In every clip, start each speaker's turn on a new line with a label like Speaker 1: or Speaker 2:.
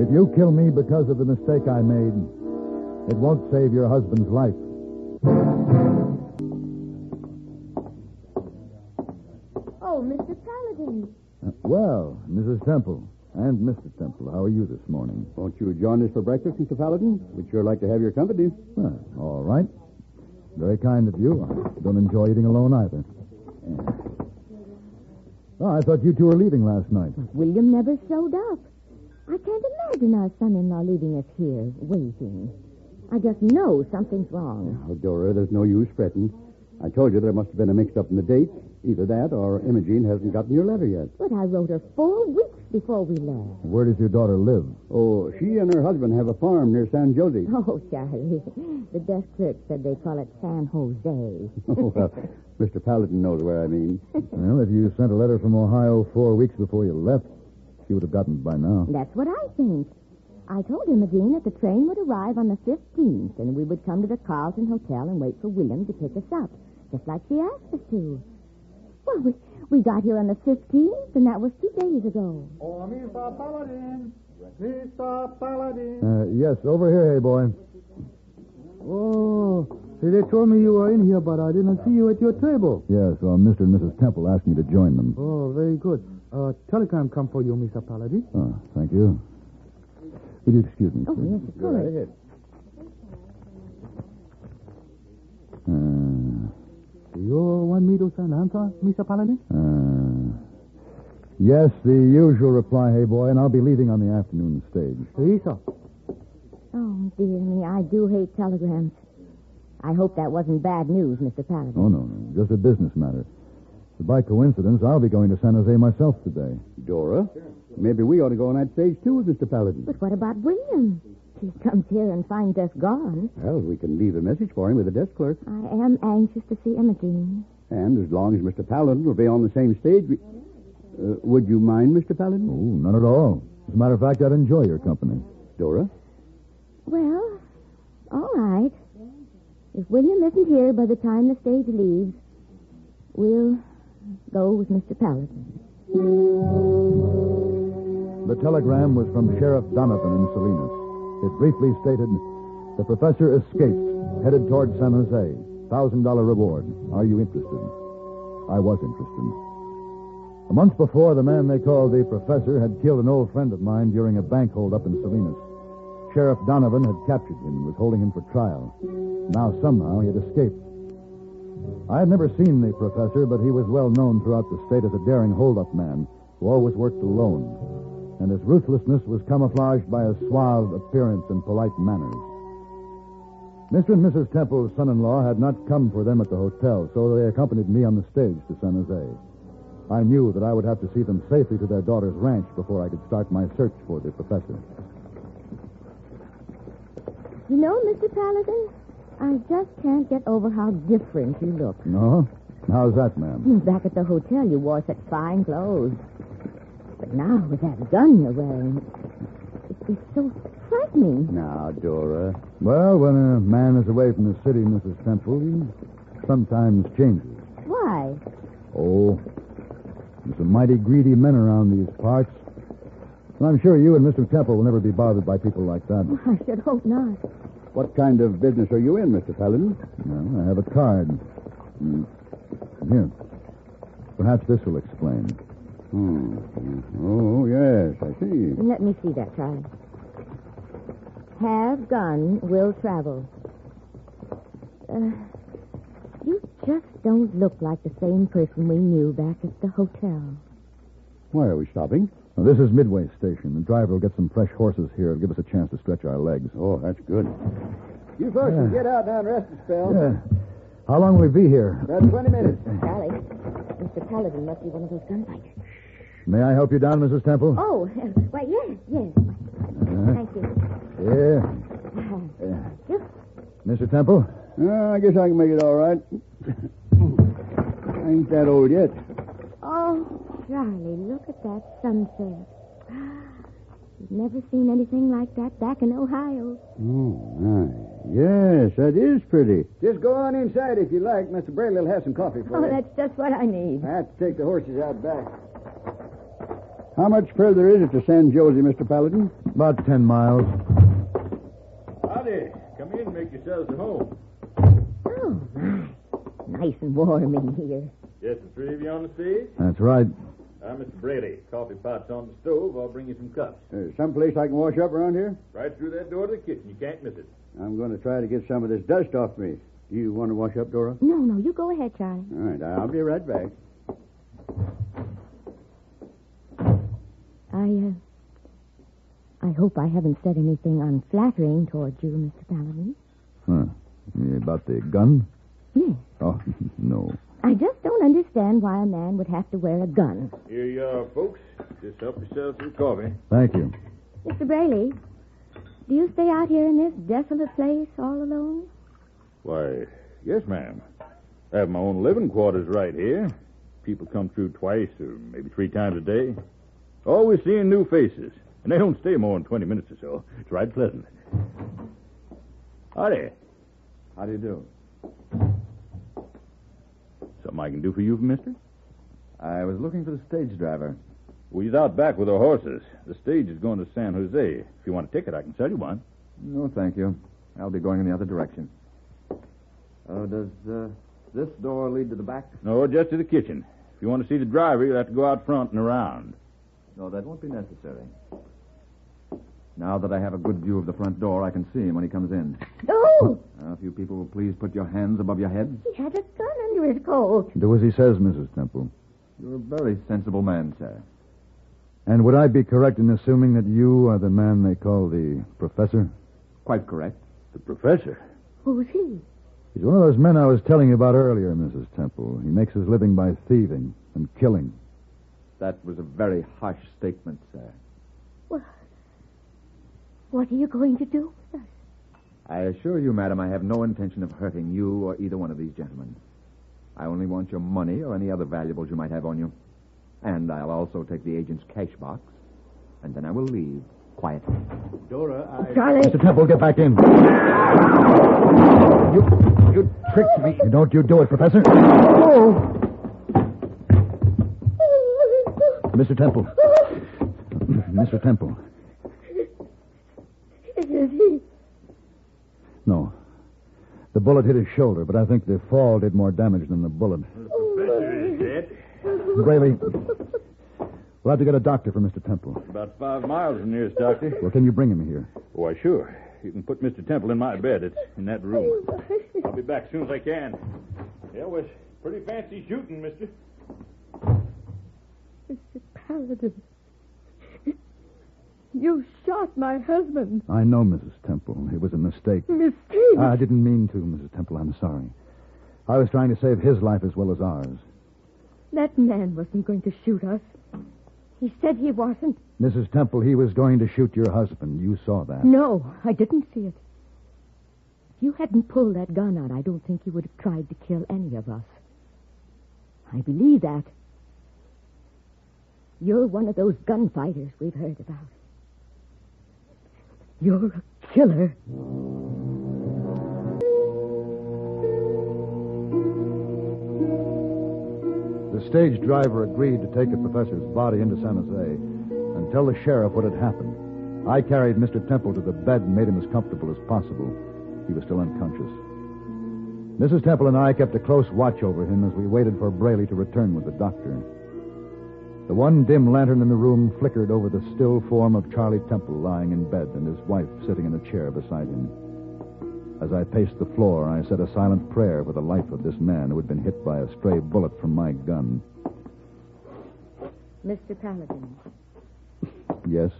Speaker 1: If you kill me because of the mistake I made, it won't save your husband's life.
Speaker 2: Oh, Mr. Paladin.
Speaker 1: Uh, Well, Mrs. Temple and Mr. Temple, how are you this morning?
Speaker 3: Won't you join us for breakfast, Mr. Paladin? We'd sure like to have your company.
Speaker 1: Well, all right. Very kind of you. I don't enjoy eating alone either. Oh, I thought you two were leaving last night.
Speaker 2: William never showed up. I can't imagine our son-in-law leaving us here, waiting. I just know something's wrong.
Speaker 3: Now, Dora, there's no use fretting. I told you there must have been a mix-up in the date. Either that or Imogene hasn't gotten your letter yet.
Speaker 2: But I wrote her four weeks before we left.
Speaker 1: Where does your daughter live?
Speaker 3: Oh, she and her husband have a farm near San Jose.
Speaker 2: Oh, Charlie. The desk clerk said they call it San Jose.
Speaker 3: Oh, well, Mr. Paladin knows where I mean.
Speaker 1: Well, if you sent a letter from Ohio four weeks before you left, she would have gotten it by now.
Speaker 2: That's what I think. I told Imogene that the train would arrive on the 15th, and we would come to the Carlton Hotel and wait for William to pick us up, just like she asked us to. Well, we, we got here on the 15th, and that was two days ago.
Speaker 4: Oh, Mr. Paladin. Mr. Paladin.
Speaker 1: Uh, yes, over here, hey boy.
Speaker 5: Oh, see, they told me you were in here, but I didn't see you at your table.
Speaker 1: Yes, well, Mr. and Mrs. Temple asked me to join them.
Speaker 5: Oh, very good. Uh, telegram come for you, Mr. Paladin.
Speaker 1: Oh, thank you. Will you excuse me,
Speaker 2: Oh,
Speaker 1: please?
Speaker 2: yes, of course.
Speaker 1: Uh,
Speaker 5: You want me to send answer, Mr. Paladin?
Speaker 1: uh, yes, the usual reply, hey boy, and I'll be leaving on the afternoon stage.
Speaker 5: Yes, sir.
Speaker 2: Oh, dear me, I do hate telegrams. I hope that wasn't bad news, Mr. Paladin.
Speaker 1: Oh, no, no, just a business matter. By coincidence, I'll be going to San Jose myself today.
Speaker 3: Dora, maybe we ought to go on that stage, too, with Mr. Paladin.
Speaker 2: But what about William? He comes here and finds us gone.
Speaker 3: Well, we can leave a message for him with the desk clerk.
Speaker 2: I am anxious to see Imogene.
Speaker 3: And as long as Mr. Paladin will be on the same stage, we... Uh, would you mind, Mr.
Speaker 1: Oh,
Speaker 3: Paladin?
Speaker 1: none at all. As a matter of fact, I'd enjoy your company.
Speaker 3: Dora?
Speaker 2: Well, all right. If William isn't here by the time the stage leaves, we'll go with Mr. Paladin.
Speaker 1: The telegram was from Sheriff Donovan in Salinas. It briefly stated, The professor escaped, headed toward San Jose. Thousand dollar reward. Are you interested? I was interested. A month before, the man they called the professor had killed an old friend of mine during a bank holdup in Salinas. Sheriff Donovan had captured him, was holding him for trial. Now, somehow, he had escaped. I had never seen the professor, but he was well known throughout the state as a daring holdup man who always worked alone and his ruthlessness was camouflaged by a suave appearance and polite manners. Mr. and Mrs. Temple's son in law had not come for them at the hotel, so they accompanied me on the stage to San Jose. I knew that I would have to see them safely to their daughter's ranch before I could start my search for the professor.
Speaker 2: You know, Mr. Paladin, I just can't get over how different you look.
Speaker 1: No? How's that, ma'am?
Speaker 2: Hmm, Back at the hotel, you wore such fine clothes. But now, with that gun you're wearing, it- it's so frightening.
Speaker 3: Now, Dora.
Speaker 1: Well, when a man is away from the city, Mrs. Temple, he sometimes changes.
Speaker 2: Why?
Speaker 1: Oh, there's some mighty greedy men around these parts. And I'm sure you and Mr. Temple will never be bothered by people like that.
Speaker 2: I should hope not.
Speaker 3: What kind of business are you in, Mr. Paladin?
Speaker 1: Well, I have a card. Mm. Here. Perhaps this will explain.
Speaker 3: Hmm. Oh, yes, I see.
Speaker 2: Let me see that, Charlie. Have gun, will travel. Uh, you just don't look like the same person we knew back at the hotel.
Speaker 3: Why are we stopping?
Speaker 1: Now, this is Midway Station. The driver will get some fresh horses here. It'll give us a chance to stretch our legs.
Speaker 3: Oh, that's good.
Speaker 4: You folks can get out now and rest a spell.
Speaker 1: Yeah. How long will we be here?
Speaker 3: Uh,
Speaker 4: About 20 minutes.
Speaker 2: Charlie, Mr. Paladin must be one of those gunfighters.
Speaker 1: May I help you down, Mrs. Temple?
Speaker 2: Oh, uh, why, yes, yes. Thank you.
Speaker 1: Yeah.
Speaker 2: Yep.
Speaker 1: Mr. Temple?
Speaker 3: Uh, I guess I can make it all right. I ain't that old yet.
Speaker 2: Oh, Charlie, look at that sunset. You've never seen anything like that back in Ohio.
Speaker 3: Oh, my. Yes, that is pretty.
Speaker 4: Just go on inside if you like. Mr. Brayley will have some coffee for
Speaker 2: Oh,
Speaker 4: you.
Speaker 2: that's just what I need.
Speaker 4: I have to take the horses out back.
Speaker 3: How much further is it to San Jose, Mr. Paladin?
Speaker 1: About ten miles.
Speaker 6: Howdy. Come in, make yourselves at home.
Speaker 2: Oh, my. Nice and warm in here.
Speaker 6: Just the three of you on the stage?
Speaker 1: That's right.
Speaker 6: I'm Mr. Brady. Coffee pot's on the stove. I'll bring you some cups.
Speaker 3: Uh, someplace I can wash up around here?
Speaker 6: Right through that door to the kitchen. You can't miss it.
Speaker 3: I'm going to try to get some of this dust off me. Do you want to wash up, Dora?
Speaker 2: No, no, you go ahead, Charlie.
Speaker 3: All right, I'll be right back.
Speaker 2: I, uh, I hope I haven't said anything unflattering toward you, Mr. Paladin.
Speaker 1: Huh. Yeah, About the gun?
Speaker 2: Yes.
Speaker 1: Oh, no.
Speaker 2: I just don't understand why a man would have to wear a gun.
Speaker 6: Here you are, folks. Just help yourselves to the coffee.
Speaker 1: Thank you.
Speaker 2: Mr. Brayley, do you stay out here in this desolate place all alone?
Speaker 6: Why, yes, ma'am. I have my own living quarters right here. People come through twice or maybe three times a day. Always seeing new faces. And they don't stay more than 20 minutes or so. It's right pleasant. Howdy.
Speaker 3: How do you do?
Speaker 6: Something I can do for you, mister?
Speaker 3: I was looking for the stage driver.
Speaker 6: Well, he's out back with the horses. The stage is going to San Jose. If you want a ticket, I can sell you one.
Speaker 3: No, thank you. I'll be going in the other direction. Oh, does uh, this door lead to the back?
Speaker 6: No, just to the kitchen. If you want to see the driver, you'll have to go out front and around.
Speaker 3: No, that won't be necessary. Now that I have a good view of the front door, I can see him when he comes in.
Speaker 2: Oh,
Speaker 3: Uh, if you people will please put your hands above your heads.
Speaker 2: he had a gun under his coat.
Speaker 1: Do as he says, Mrs. Temple.
Speaker 3: You're a very sensible man, sir.
Speaker 1: And would I be correct in assuming that you are the man they call the professor?
Speaker 3: Quite correct.
Speaker 6: The professor?
Speaker 2: Who's he?
Speaker 1: He's one of those men I was telling you about earlier, Mrs. Temple. He makes his living by thieving and killing.
Speaker 3: That was a very harsh statement, sir.
Speaker 2: What are you going to do?
Speaker 3: I assure you, madam, I have no intention of hurting you or either one of these gentlemen. I only want your money or any other valuables you might have on you. And I'll also take the agent's cash box, and then I will leave quietly.
Speaker 6: Dora, I.
Speaker 2: Charlie,
Speaker 1: Mr. Temple, get back in.
Speaker 3: You, you tricked me.
Speaker 1: Don't you do it, Professor. Mr. Temple. Mr. Temple.
Speaker 2: it is he.
Speaker 1: No. The bullet hit his shoulder, but I think the fall did more damage than the bullet.
Speaker 6: Professor is dead.
Speaker 1: Braley, we'll have to get a doctor for Mr. Temple.
Speaker 6: About five miles from the nearest doctor.
Speaker 1: Well, can you bring him here?
Speaker 6: Why, sure. You can put Mr. Temple in my bed. It's in that room. I'll be back as soon as I can. It was pretty fancy shooting, mister.
Speaker 2: Mr. Paladin, you shot my husband.
Speaker 1: I know, Mrs. Temple. It was a mistake.
Speaker 2: Mistake.
Speaker 1: I didn't mean to, Mrs. Temple. I'm sorry. I was trying to save his life as well as ours.
Speaker 2: that man wasn't going to shoot us. He said he wasn't.
Speaker 1: Mrs. Temple, he was going to shoot your husband. You saw that.
Speaker 2: No, I didn't see it. If you hadn't pulled that gun out, I don't think you would have tried to kill any of us. I believe that. You're one of those gunfighters we've heard about. You're a killer.
Speaker 1: The stage driver agreed to take the professor's body into San Jose and tell the sheriff what had happened. I carried Mr. Temple to the bed and made him as comfortable as possible. He was still unconscious. Mrs. Temple and I kept a close watch over him as we waited for Brayley to return with the doctor. The one dim lantern in the room flickered over the still form of Charlie Temple lying in bed and his wife sitting in a chair beside him. As I paced the floor, I said a silent prayer for the life of this man who had been hit by a stray bullet from my gun.
Speaker 2: Mr. Paladin,
Speaker 1: Yes?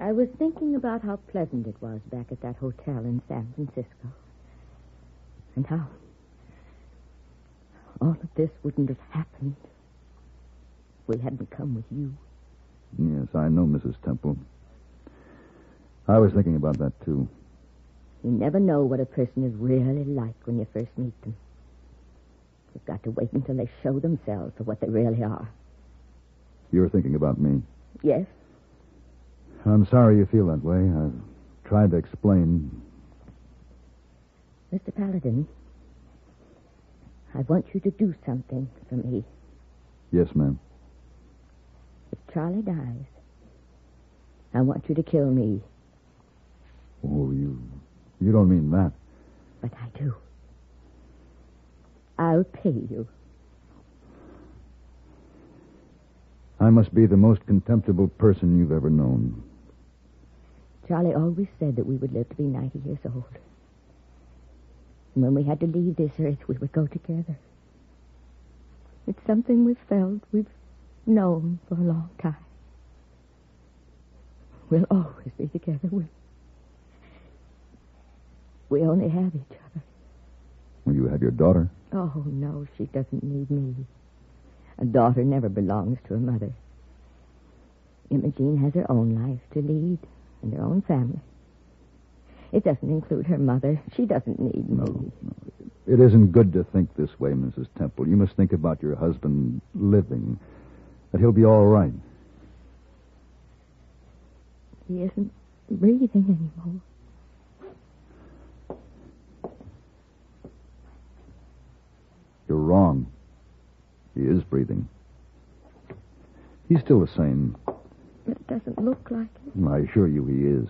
Speaker 2: I was thinking about how pleasant it was back at that hotel in San Francisco. And how all of this wouldn't have happened if we hadn't come with you.
Speaker 1: Yes, I know, Mrs. Temple. I was thinking about that, too.
Speaker 2: You never know what a person is really like when you first meet them. You've got to wait until they show themselves for what they really are.
Speaker 1: You're thinking about me.
Speaker 2: Yes?
Speaker 1: I'm sorry you feel that way. I've tried to explain.
Speaker 2: Mr. Paladin, I want you to do something for me.
Speaker 1: Yes, ma'am.
Speaker 2: Charlie dies, I want you to kill me,
Speaker 1: Oh, you. You don't mean that.
Speaker 2: but I do. I'll pay you.
Speaker 1: I must be the most contemptible person you've ever known.
Speaker 2: Charlie always said that we would live to be 90 years old. And when we had to leave this earth, we would go together. It's something we've felt, we've known for a long time. We'll always be together. We, we only have each other.
Speaker 1: Well, you have your daughter.
Speaker 2: Oh, no, she doesn't need me. A daughter never belongs to a mother. Imogene has her own life to lead and her own family. It doesn't include her mother. She doesn't need me.
Speaker 1: No, no. It isn't good to think this way, Mrs. Temple. You must think about your husband living, that he'll be all right.
Speaker 2: He isn't breathing anymore.
Speaker 1: You're wrong. He is breathing. He's still the same.
Speaker 2: It doesn't look like it.
Speaker 1: I assure you he is.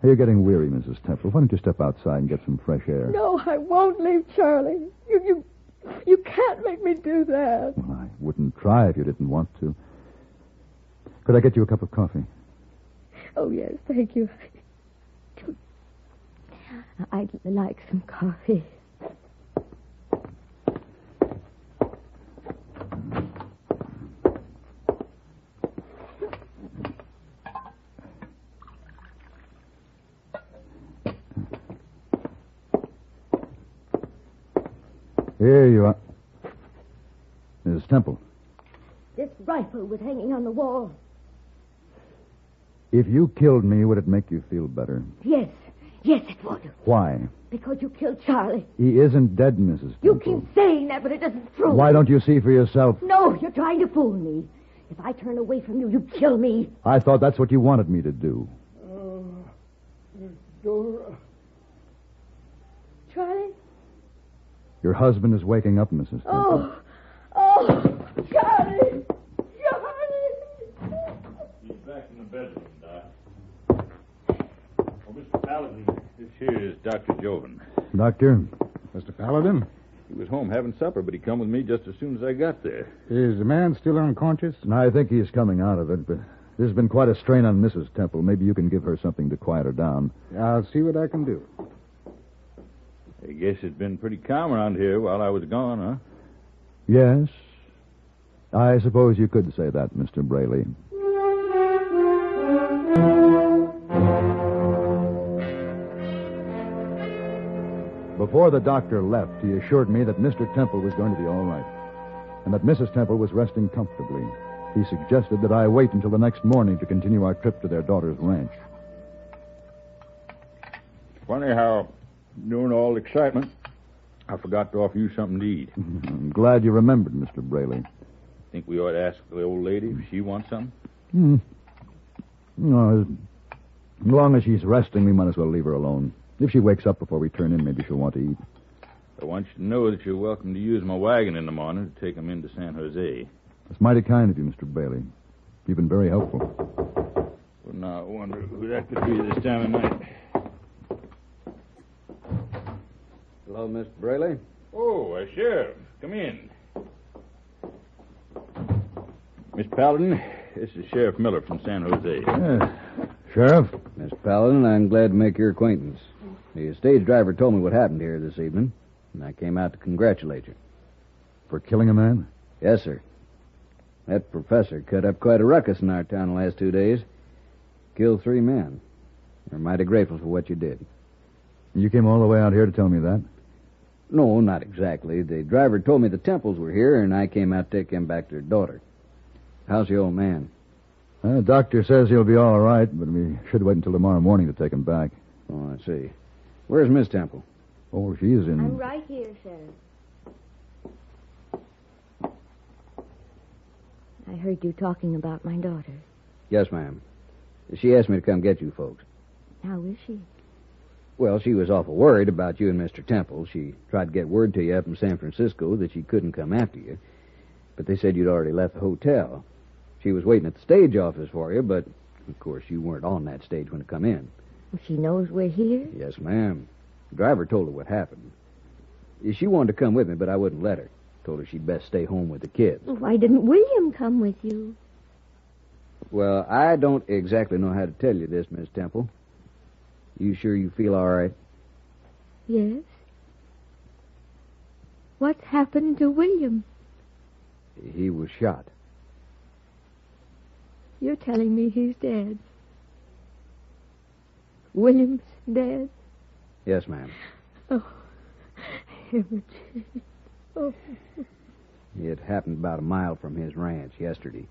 Speaker 1: Hey, You're getting weary, Mrs. Temple. Why don't you step outside and get some fresh air?
Speaker 7: No, I won't leave Charlie. You, you, you can't make me do that.
Speaker 1: Well, I wouldn't try if you didn't want to. Could I get you a cup of coffee?
Speaker 7: Oh, yes, thank you.
Speaker 2: I'd like some coffee.
Speaker 1: Here you are. Mrs. Temple,
Speaker 2: This rifle was hanging on the wall.
Speaker 1: if you killed me, would it make you feel better?
Speaker 2: Yes, yes, it would.
Speaker 1: Why?
Speaker 2: Because you killed Charlie.
Speaker 1: He isn't dead, Mrs. Temple.
Speaker 2: You keep saying that, but it doesn't prove
Speaker 1: Why don't you see for yourself?
Speaker 2: No, you're trying to fool me. If I turn away from you, you kill me.
Speaker 1: I thought that's what you wanted me to do.
Speaker 4: Dora.
Speaker 7: Charlie?
Speaker 1: Your husband is waking up, Mrs. Temple.
Speaker 7: Oh, oh, Charlie! Charlie!
Speaker 6: He's back in the bedroom, Doc. Oh, Mr. Paladin, this here is Dr. Joven.
Speaker 1: Doctor,
Speaker 5: Mr. Paladin,
Speaker 6: He was home having supper, but he come with me just as soon as I got there.
Speaker 5: is the man still unconscious?
Speaker 1: I think he's coming out of it, but this has been quite a strain on Mrs. Temple. Maybe you can give her something to quiet her down.
Speaker 5: I'll see what I can do.
Speaker 6: I guess it's been pretty calm around here while I was gone, huh?
Speaker 1: Yes. I suppose you could say that, Mr. Brayley. Before the doctor left, he assured me that Mr. Temple was going to be all right and that Mrs. Temple was resting comfortably. He suggested that I wait until the next morning to continue our trip to their daughter's ranch.
Speaker 6: Funny how, during all the excitement, I forgot to offer you something to eat.
Speaker 1: I'm glad you remembered, Mr. Brayley.
Speaker 6: Think we ought to ask the old lady if she wants something?
Speaker 1: Hmm. No, Uh, as as long as she's resting, we might as well leave her alone. If she wakes up before we turn in, maybe she'll want to eat.
Speaker 6: I want you to know that you're welcome to use my wagon in the morning to take 'em into San Jose.
Speaker 1: That's mighty kind of you, Mr. Bailey. You've been very helpful.
Speaker 6: Well, now, I wonder who that could be this time of night.
Speaker 4: Hello, Mr. Brayley.
Speaker 6: Oh, uh, sure. Come in. Miss Paladin, this is Sheriff Miller from San Jose.
Speaker 1: Yes. Sheriff?
Speaker 4: Mr. Paladin, I'm glad to make your acquaintance. The stage driver told me what happened here this evening, and I came out to congratulate you.
Speaker 1: For killing a man?
Speaker 4: Yes, sir. That professor cut up quite a ruckus in our town the last two days. Killed three men. We're mighty grateful for what you did.
Speaker 1: You came all the way out here to tell me that?
Speaker 4: No, not exactly. The driver told me the temples were here, and I came out to take him back to her daughter. How's the old man?
Speaker 1: Uh, the doctor says he'll be all right, but we should wait until tomorrow morning to take him back.
Speaker 4: Oh, I see. Where's Miss Temple?
Speaker 1: Oh, she's in.
Speaker 2: right here, Sheriff. I heard you talking about my daughter.
Speaker 4: Yes, ma'am. She asked me to come get you folks.
Speaker 2: How is she?
Speaker 4: Well, she was awful worried about you and Mr. Temple. She tried to get word to you up in San Francisco that she couldn't come after you, but they said you'd already left the hotel. She was waiting at the stage office for you, but of course you weren't on that stage when it come in.
Speaker 8: Well, she knows we're here.
Speaker 4: Yes, ma'am. The driver told her what happened. She wanted to come with me, but I wouldn't let her. Told her she'd best stay home with the kids.
Speaker 2: Why didn't William come with you?
Speaker 4: Well, I don't exactly know how to tell you this, Miss Temple. You sure you feel all right?
Speaker 2: Yes. What's happened to William?
Speaker 4: He was shot.
Speaker 2: You're telling me he's dead. William's dead.
Speaker 4: Yes, ma'am.
Speaker 2: Oh, Imogen. Oh,
Speaker 4: It happened about a mile from his ranch yesterday.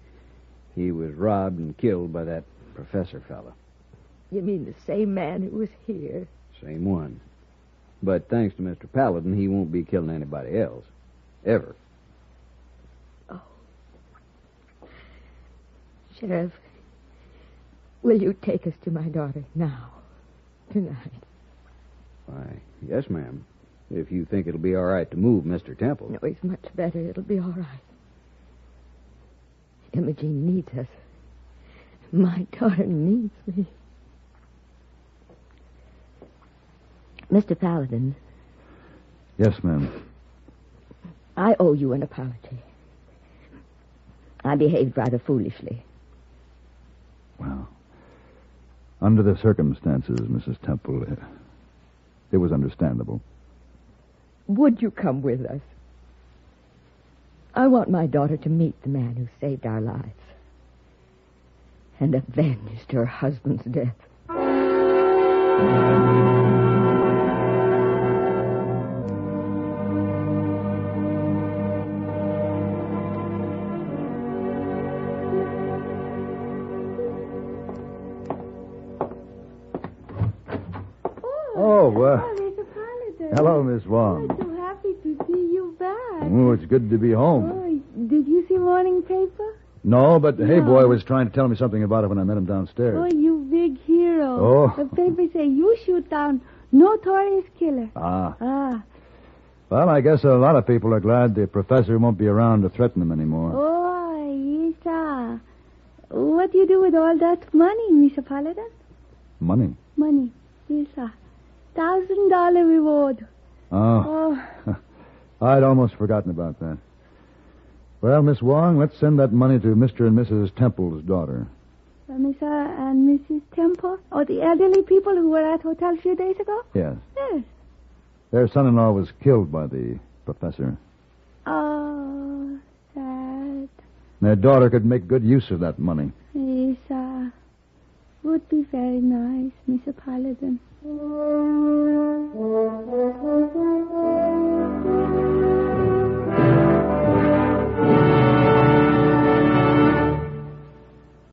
Speaker 4: He was robbed and killed by that professor fellow.
Speaker 2: you mean the same man who was here?
Speaker 4: Same one. But thanks to Mr. Paladin, he won't be killing anybody else. Ever.
Speaker 2: Oh. Sheriff, will you take us to my daughter now? Tonight.
Speaker 4: Why, yes, ma'am. If you think it'll be all right to move Mr. Temple.
Speaker 2: No, he's much better. It'll be all right. Imogene needs us. My daughter needs me.
Speaker 8: Mr. Paladin,
Speaker 1: Yes, ma'am.
Speaker 2: I owe you an apology.
Speaker 8: I behaved rather foolishly.
Speaker 1: Well, under the circumstances, Mrs. Temple, it, it was understandable.
Speaker 2: Would you come with us? I want my daughter to meet the man who saved our lives and avenged her husband's death.
Speaker 1: Oh, well.
Speaker 7: it's a holiday.
Speaker 1: Hello, Miss
Speaker 7: I'm
Speaker 1: Wong.
Speaker 7: so happy to see you back.
Speaker 1: Oh, it's good to be home.
Speaker 7: Oh, did you see morning paper?
Speaker 1: No, but the
Speaker 7: Yeah.
Speaker 1: hey boy was trying to tell me something about it when I met him
Speaker 7: Oh,
Speaker 1: downstairs.
Speaker 7: you big hero.
Speaker 1: Oh.
Speaker 7: The paper say you shoot down notorious killer.
Speaker 1: Ah.
Speaker 7: Ah.
Speaker 1: Well, I guess a lot of people are glad the professor won't be around to threaten them anymore.
Speaker 7: Oh, yes, ah. What do you do with all that money, Mr. Paladin?
Speaker 1: Money.
Speaker 7: Money. Yes, ah. Thousand dollar reward.
Speaker 1: Oh,
Speaker 7: Oh,
Speaker 1: I'd almost forgotten about that. Well, Miss Wong, let's send that money to Mr. and Mrs. Temple's daughter.
Speaker 7: uh, Mr. and Mrs. Temple? Or the elderly people who were at hotel a few days ago?
Speaker 1: Yes.
Speaker 7: Yes.
Speaker 1: Their son in law was killed by the professor.
Speaker 7: Oh, that
Speaker 1: Their daughter could make good use of that money.
Speaker 7: is, uh, would be very nice, Mr. Paladin.